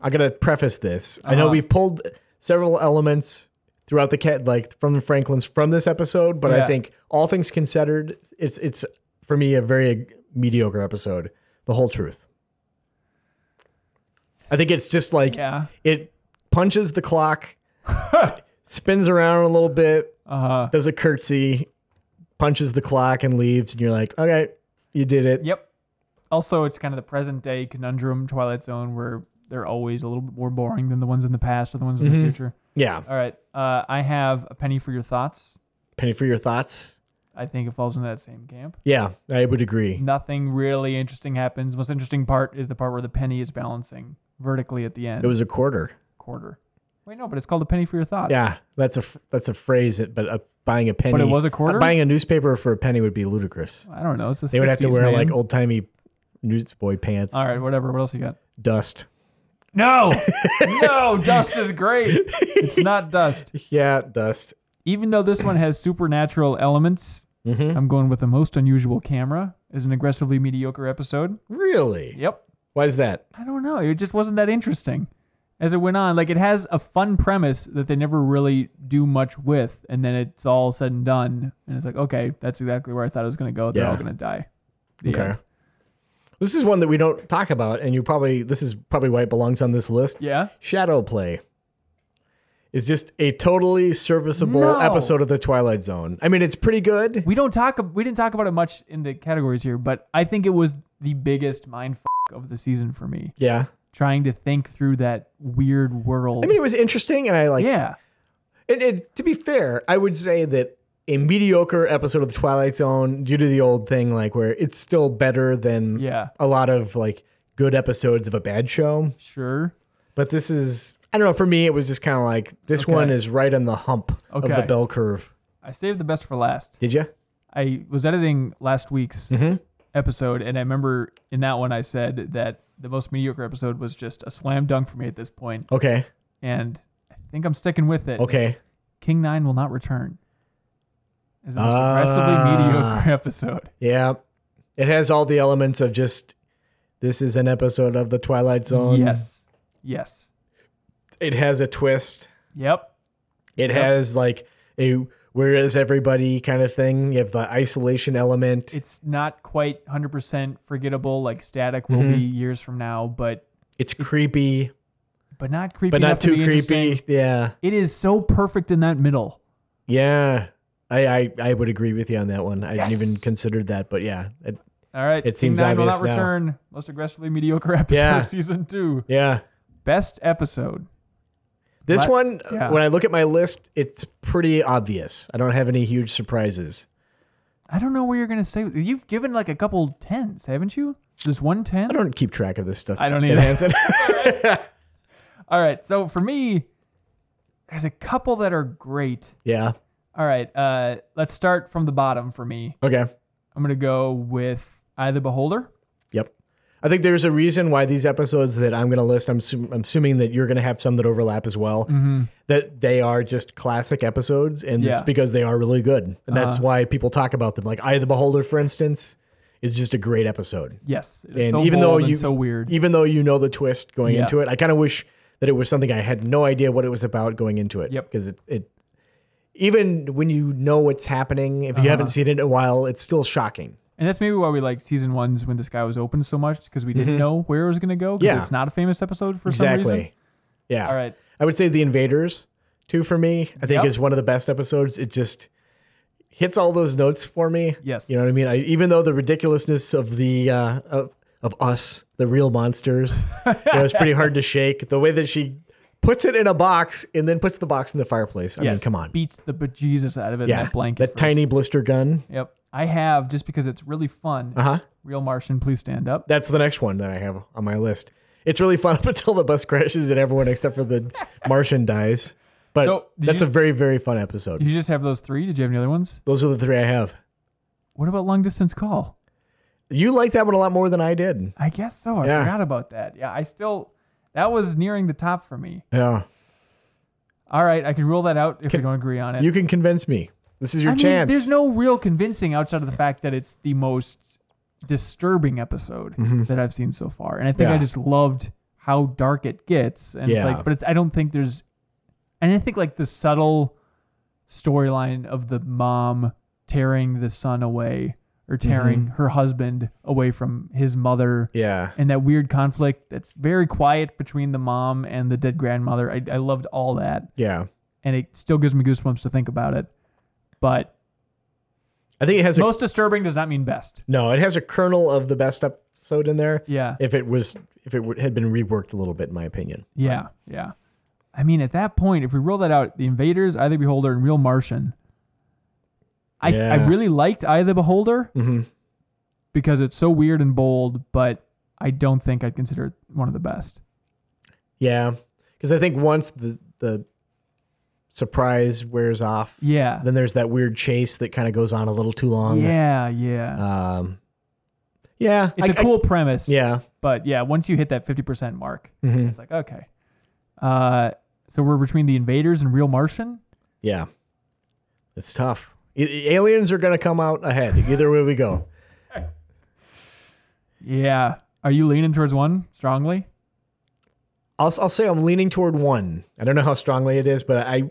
S1: I gotta preface this. I know
S2: Uh-huh.
S1: we've pulled several elements throughout the cat, like from the Franklins, from this episode. But
S2: Yeah.
S1: I think all things considered, it's it's for me a very mediocre episode. The whole truth. I think it's just like
S2: Yeah.
S1: it punches the clock, spins around a little bit,
S2: Uh huh.
S1: does a curtsy, punches the clock, and leaves. And you're like, okay, you did it.
S2: Yep. Also, it's kind of the present day conundrum Twilight Zone where they're always a little bit more boring than the ones in the past or the ones in
S1: Mm-hmm.
S2: the future.
S1: Yeah.
S2: All right. Uh, I have a penny for your thoughts.
S1: Penny for your thoughts.
S2: I think it falls into that same camp.
S1: Yeah, I would agree.
S2: Nothing really interesting happens. Most interesting part is the part where the penny is balancing vertically at the end.
S1: It was a quarter.
S2: quarter. Wait, no, but it's called a penny for your thoughts.
S1: Yeah, that's a that's a phrase. That, but uh buying a penny, uh,
S2: But it was a quarter?
S1: buying a newspaper for a penny would be ludicrous.
S2: I don't know. It's the
S1: They would have to
S2: 60s,
S1: wear
S2: man.
S1: like old timey newsboy pants.
S2: All right, whatever. What else you got?
S1: Dust.
S2: No, no, dust is great. It's not dust.
S1: Yeah, dust.
S2: even though this one has supernatural elements,
S1: Mm-hmm.
S2: I'm going with the most unusual camera as an aggressively mediocre episode.
S1: Really?
S2: Yep.
S1: Why is that?
S2: I don't know. It just wasn't that interesting. As it went on, like it has a fun premise that they never really do much with, and then it's all said and done, and it's like, okay, that's exactly where I thought it was going to go. They're
S1: Yeah.
S2: all going to die. The
S1: Okay.
S2: end.
S1: This is one that we don't talk about, and you probably this is probably why it belongs on this list.
S2: Yeah.
S1: Shadow play is just a totally serviceable
S2: No.
S1: episode of the Twilight Zone. I mean, it's pretty good.
S2: We don't talk. We didn't talk about it much in the categories here, but I think it was the biggest mind f- of the season for me.
S1: Yeah.
S2: Trying to think through that weird world.
S1: I mean, it was interesting, and I like
S2: yeah.
S1: And, and to be fair, I would say that a mediocre episode of the Twilight Zone, due to the old thing, like where it's still better than
S2: Yeah.
S1: a lot of like good episodes of a bad show.
S2: Sure.
S1: But this is, I don't know. For me, it was just kind of like this
S2: Okay.
S1: one is right on the hump of
S2: Okay.
S1: the bell curve.
S2: I saved the best for last.
S1: Did Mm-hmm. you?
S2: I was editing last week's episode, and I remember in that one I said that the most mediocre episode was just a slam dunk for me at this point,
S1: Okay.
S2: and I think I'm sticking with it.
S1: Okay.
S2: It's King Nine will not return. Is the most
S1: Ah.
S2: aggressively mediocre episode.
S1: Yeah. It has all the elements of just this is an episode of the Twilight Zone.
S2: yes. Yes.
S1: It has a twist.
S2: Yep.
S1: It has like a where is everybody kind of thing. You have the isolation element.
S2: It's not quite 100% forgettable like static will be
S1: Mm-hmm.
S2: years from now, but
S1: It's creepy,
S2: but not creepy
S1: but
S2: enough
S1: not
S2: to
S1: too
S2: be interesting.
S1: creepy. Yeah,
S2: It is so perfect in that middle.
S1: yeah. I, I I would agree with you on that one. I didn't even
S2: Yes.
S1: consider that, but yeah, it,
S2: All right.
S1: It
S2: Team
S1: seems
S2: Nine will
S1: obvious
S2: not
S1: now.
S2: return. Most aggressively mediocre episode
S1: Yeah.
S2: of season two.
S1: yeah.
S2: Best episode.
S1: This
S2: What?
S1: one,
S2: Yeah.
S1: when I look at my list, it's pretty obvious. I don't have any huge surprises.
S2: I don't know where you're gonna say. You've given like a couple tens, haven't you? There's one ten.
S1: I don't keep track of this stuff.
S2: I don't either.
S1: Hanson.
S2: All right. So for me, there's a couple that are great.
S1: yeah.
S2: All right. Uh, let's start from the bottom for me.
S1: Okay.
S2: I'm gonna go with I the Beholder.
S1: Yep. I think there's a reason why these episodes that I'm going to list, I'm, assum- I'm assuming that you're going to have some that overlap as well, that they are just classic episodes. And it's
S2: Mm-hmm. Yeah. Uh-huh.
S1: because they are really good. And that's why people talk about them. Like Eye of the Beholder, for instance, is just a great episode.
S2: Yes. It is
S1: And
S2: so
S1: even though
S2: bold and
S1: you,
S2: so weird.
S1: even though you know the twist going
S2: Yeah.
S1: into it, I kind of wish that it was something I had no idea what it was about going into it.
S2: Yep.
S1: Because it, it, even when you know what's happening,
S2: Uh-huh.
S1: if you haven't seen it in a while, it's still shocking.
S2: And that's maybe why we liked season ones when the sky was open so much because we didn't know where it was going to go because
S1: Mm-hmm. Yeah.
S2: it's not a famous episode for some reason.
S1: Exactly. Yeah.
S2: All right.
S1: I would say The Invaders, too, for me, I think
S2: Yep.
S1: is one of the best episodes. It just hits all those notes for me.
S2: Yes.
S1: You know what I mean? I, even though the ridiculousness of the, uh, of, of us, the real monsters, you know, it's pretty hard to shake. The way that she puts it in a box and then puts the box in the fireplace. I mean, come on.
S2: Beats the bejesus out of it in
S1: Yeah.
S2: that blanket.
S1: that
S2: first.
S1: tiny blister gun.
S2: Yep. I have just because it's really fun.
S1: Uh huh.
S2: Real Martian, please stand up.
S1: That's the next one that I have on my list. It's really fun up until the bus crashes and everyone except for the Martian dies. But
S2: So, did you
S1: that's a
S2: just-
S1: very, very fun episode.
S2: Did you just have those three? Did you have any other ones?
S1: Those are the three I have.
S2: What about long distance call?
S1: You like that one a lot more than I did.
S2: I guess so. I
S1: Yeah.
S2: forgot about that. Yeah, I still that was nearing the top for me.
S1: Yeah.
S2: All right, I can rule that out if we don't agree on it.
S1: You can convince me. This is your
S2: I mean,
S1: chance.
S2: there's no real convincing outside of the fact that it's the most disturbing episode that I've seen so far, and I think I
S1: Mm-hmm. Yeah.
S2: just loved how dark it gets. And it's
S1: Yeah.
S2: like, but it's, I don't think there's, and I think like the subtle storyline of the mom tearing the son away or
S1: Mm-hmm.
S2: tearing her husband away from his mother
S1: yeah.
S2: and that weird conflict that's very quiet between the mom and the dead grandmother. I, I loved all that,
S1: Yeah.
S2: and it still gives me goosebumps to think about it. But
S1: I think it has a
S2: most disturbing does not mean best.
S1: no. It has a kernel of the best episode in there.
S2: Yeah,
S1: If it was, if it w- had been reworked a little bit, in my opinion.
S2: yeah, yeah. I mean, at that point, if we roll that out, the invaders, Eye of the Beholder, and Real Martian. I, I
S1: Yeah.
S2: really liked Eye of the Beholder
S1: Mhm.
S2: because it's so weird and bold, but I don't think I'd consider it one of the best.
S1: Yeah. Because I think once the the surprise wears off,
S2: Yeah.
S1: then there's that weird chase that kind of goes on a little too long.
S2: Yeah, yeah.
S1: Um. Yeah.
S2: it's
S1: I-
S2: a
S1: I-
S2: cool premise.
S1: yeah.
S2: But yeah, once you hit that 50% mark,
S1: Mhm.
S2: it's like, okay. Uh, so we're between the invaders and real Martian.
S1: Yeah. It's tough. I- aliens are going to come out ahead either way we go.
S2: Yeah. Are you leaning towards one strongly?
S1: I'll, I'll say I'm leaning toward one. I don't know how strongly it is, but I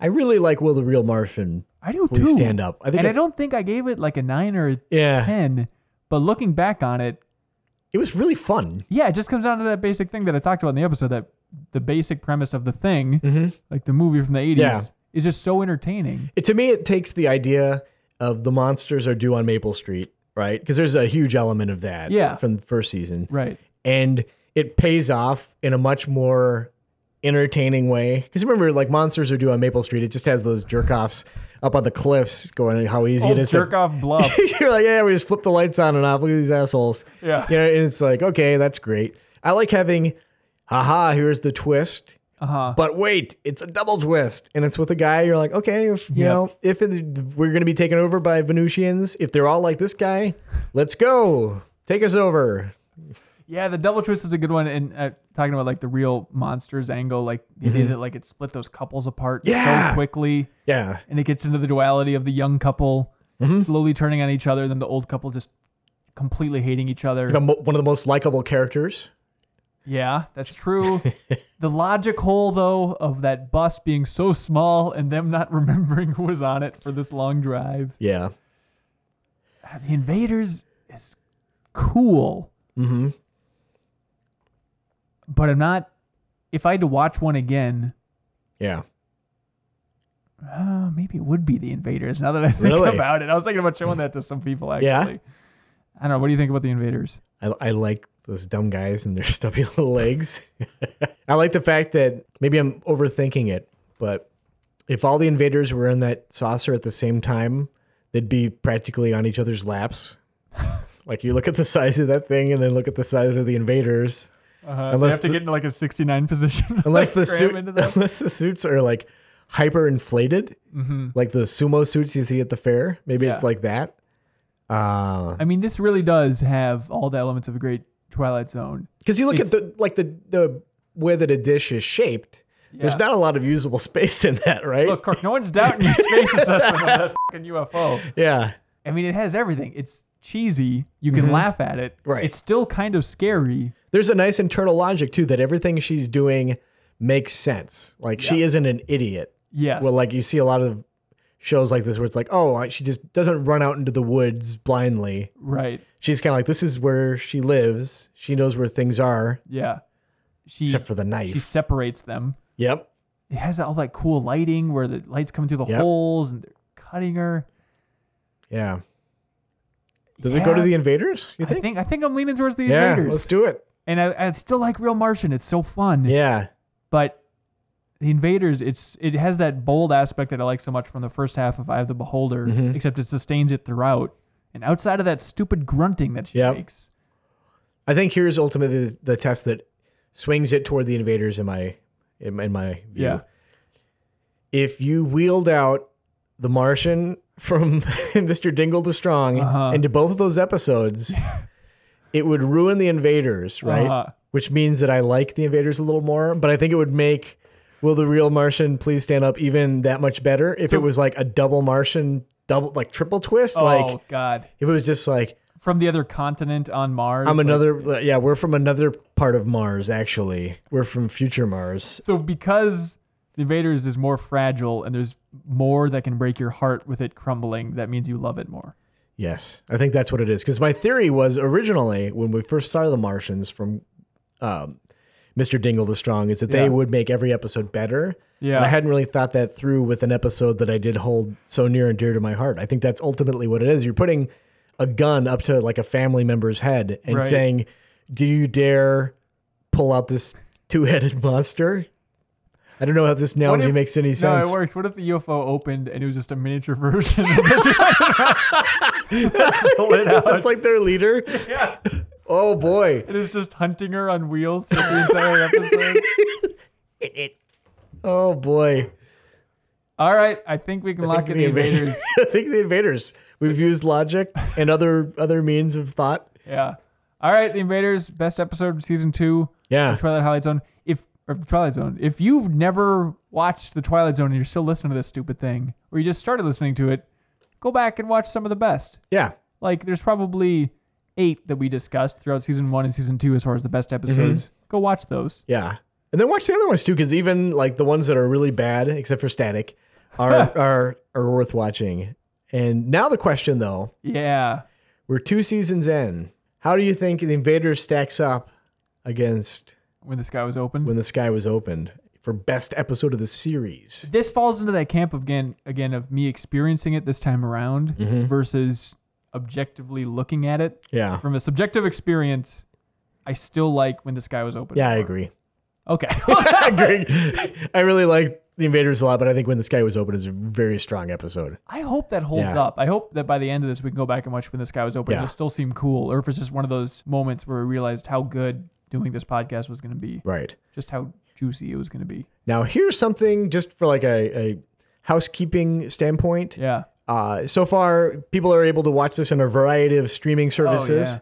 S1: I really like Will the Real Martian.
S2: I do
S1: Please
S2: too.
S1: stand up. I think
S2: and I
S1: it,
S2: don't think I gave it like a nine or a
S1: Yeah.
S2: 10, but looking back on it,
S1: it was really fun.
S2: yeah, it just comes down to that basic thing that I talked about in the episode that the basic premise of the thing,
S1: Mhm.
S2: like the movie from the 80s,
S1: Yeah.
S2: is just so entertaining.
S1: It, to me, it takes the idea of the monsters are due on Maple Street, right? Because there's a huge element of that
S2: Yeah.
S1: from the first season.
S2: Right.
S1: and it pays off in a much more entertaining way. Because remember, like monsters are due on Maple Street, it just has those jerk offs up on the cliffs going how easy it
S2: Old
S1: is.
S2: Oh, jerk
S1: to
S2: off bluff.
S1: You're like, yeah, we just flip the lights on and off. Look at these assholes.
S2: Yeah.
S1: You know, and it's like, okay, that's great. I like having, haha, here's the twist.
S2: Uh huh.
S1: But wait, it's a double twist, and it's with a guy. You're like, okay, if you
S2: Yep.
S1: know, if it, we're going to be taken over by Venusians, if they're all like this guy, let's go, take us over.
S2: Yeah, the double twist is a good one. And uh, talking about like the real monsters angle, like the idea that like it split those couples apart so
S1: Mm-hmm. Yeah.
S2: quickly,
S1: Yeah,
S2: and it gets into the duality of the young couple
S1: Mm-hmm.
S2: slowly turning on each other, then the old couple just completely hating each other.
S1: the mo- one of the most likable characters.
S2: Yeah, that's true. the logic hole though of that bus being so small and them not remembering who was on it for this long drive.
S1: Yeah.
S2: Ah, The invaders is cool.
S1: Mm-hmm.
S2: But I'm not if I had to watch one again,
S1: Yeah.
S2: Uh, maybe it would be the invaders. Now that I think
S1: Really?
S2: about it, I was thinking about showing that to some people. Actually,
S1: Yeah?
S2: I don't know. What do you think about the invaders?
S1: I, I like those dumb guys and their stubby little legs. I like the fact that maybe I'm overthinking it, but if all the invaders were in that saucer at the same time, they'd be practically on each other's laps. like you look at the size of that thing and then look at the size of the invaders.
S2: Uh,
S1: Unless have to the-
S2: get into like a 69 position.
S1: Unless the suit, unless the suits are like hyper inflated, like the sumo suits you see at the fair. Maybe it's
S2: Yeah.
S1: like that. Uh,
S2: I mean, this really does have all the elements of a great Twilight Zone.
S1: Because you look
S2: It's-
S1: at the like the the way that a dish is shaped. There's
S2: Yeah.
S1: not a lot of usable space in that, right?
S2: Look, Kirk, no one's doubting your space assessment of that fucking UFO.
S1: Yeah.
S2: I mean, it has everything. It's cheesy. You can laugh at it.
S1: Mm-hmm. Right.
S2: It's still kind of scary.
S1: There's a nice internal logic too that everything she's doing makes sense. Like she isn't an idiot.
S2: Yes.
S1: Well, like you see a lot of shows like this where it's like, oh, I- she just doesn't run out into the woods blindly.
S2: right.
S1: She's kind of like, this is where she lives. She knows where things are,
S2: Yeah. She
S1: except for the knife.
S2: she separates them.
S1: yep.
S2: It has all that cool lighting where the lights coming through the
S1: Yep.
S2: holes and they're cutting her.
S1: Yeah. Does it go
S2: Yeah.
S1: to the invaders? You
S2: I
S1: think?
S2: think I think I'm leaning towards the
S1: yeah.
S2: invaders.
S1: Let's do it.
S2: and I, I still like Real Martian. It's so fun.
S1: Yeah.
S2: But the invaders, it's it has that bold aspect that I like so much from the first half of Eye of the Beholder,
S1: Mm-hmm.
S2: except it sustains it throughout. And outside of that stupid grunting that she
S1: Yep.
S2: makes.
S1: I think here's ultimately the, the test that swings it toward the invaders in my in, my- in my view.
S2: Yeah.
S1: If you wheeled out the Martian from Mr. Dingle the Strong
S2: Uh-huh.
S1: into both of those episodes, it would ruin the invaders, right?
S2: Uh-huh.
S1: Which means that I like the invaders a little more, but I think it would make Will the Real Martian Please Stand Up even that much better if it was like a double Martian, double like triple twist. Like
S2: oh God.
S1: if it was just like
S2: From the other continent on Mars.
S1: I'm
S2: like-
S1: another. yeah, we're from another part of Mars. Actually, we're from future Mars.
S2: So because the invaders is more fragile and there's more that can break your heart with it crumbling, that means you love it more.
S1: Yes, I think that's what it is. Because my theory was originally when we first saw the Martians from um, Mr. Dingle the Strong is that
S2: Yeah.
S1: they would make every episode better.
S2: Yeah.
S1: And I hadn't really thought that through with an episode that I did hold so near and dear to my heart. I think that's ultimately what it is. You're putting a gun up to like a family member's head and
S2: Right.
S1: saying, "Do you dare pull out this two-headed monster?" I don't know how this analogy
S2: if-
S1: makes any
S2: No,
S1: sense.
S2: it worked. What if the UFO opened and it was just a miniature version? of the it out.
S1: That's like their leader.
S2: Yeah.
S1: Oh boy.
S2: And it's just hunting her on wheels through the entire episode.
S1: Oh boy.
S2: All right, I think we can lock in the invaders.
S1: I think the invaders. We've used logic and other other means of thought.
S2: yeah. All right, the invaders. Best episode of season two.
S1: Yeah.
S2: The Twilight Highlight Zone. If or the Twilight Zone. If you've never watched the Twilight Zone and you're still listening to this stupid thing, or you just started listening to it, go back and watch some of the best.
S1: Yeah.
S2: Like there's probably eight that we discussed throughout season one and season two as far as the best episodes. Go watch those.
S1: Yeah. And then watch the other ones too, because even like the ones that are really bad, except for static, are are are worth watching. And now the question though,
S2: Yeah.
S1: we're two seasons in. How do you think the invaders stacks up against
S2: When the sky was open.
S1: when the sky was opened for best episode of the series?
S2: this falls into that camp of again again of me experiencing it this time around versus objectively looking at it
S1: Yeah.
S2: from a subjective experience i still like when the sky was open
S1: Yeah, I
S2: more.
S1: agree.
S2: okay
S1: I agree. I really like the invaders a lot, but I think when the sky was open is a very strong episode.
S2: i hope that holds
S1: Yeah.
S2: up i hope that by the end of this we can go back and watch when the sky was open and
S1: Yeah.
S2: it'll still seem cool or if it's just one of those moments where we realized how good doing this podcast was going to be
S1: Right.
S2: just how juicy it was going to be
S1: Now here's something just for like a, a housekeeping standpoint.
S2: yeah
S1: Uh, so far, people are able to watch this on a variety of streaming services.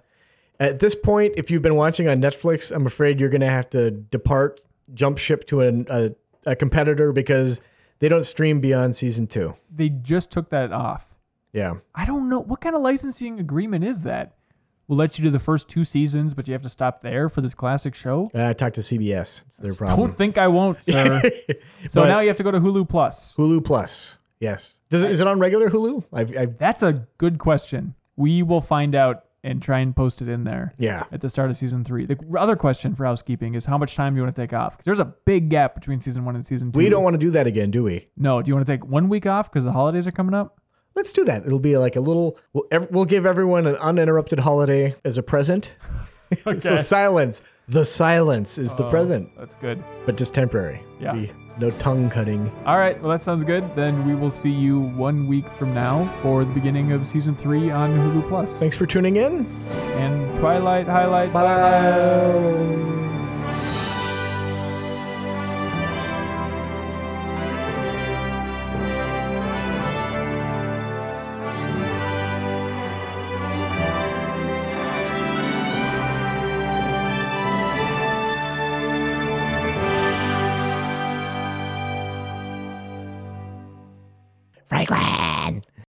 S1: At this point, if you've been watching on Netflix, I'm afraid you're going to have to depart, jump ship to an, a, a competitor because they don't stream beyond season two.
S2: they just took that off
S1: Yeah.
S2: I don't know what kind of licensing agreement is that. We'll let you do the first two seasons, but you have to stop there for this classic show.
S1: Uh, I talked to CBS. It's their problem.
S2: Don't think I won't, sir. so
S1: But-
S2: now you have to go to Hulu Plus.
S1: Hulu Plus. Yes. Does it, is it on regular Hulu? I, I
S2: That's a good question. We will find out and try and post it in there.
S1: Yeah.
S2: At the start of season three. The other question for housekeeping is how much time do you want to take off? Because there's a big gap between season one and season two.
S1: We don't want to do that again, do we?
S2: No. Do you want to take one week off because the holidays are coming up?
S1: Let's do that. It'll be like a little. We'll, ev- we'll give everyone an uninterrupted holiday as a present. It's the silence. The silence is the Oh, present,
S2: That's good.
S1: but just temporary.
S2: Oh. Yeah.
S1: Be no tongue cutting.
S2: All right, well, that sounds good. Then we will see you one week from now for the beginning of season three on Hulu Plus.
S1: Thanks for tuning in.
S2: And Twilight Highlight.
S1: Bye.
S3: Franklin.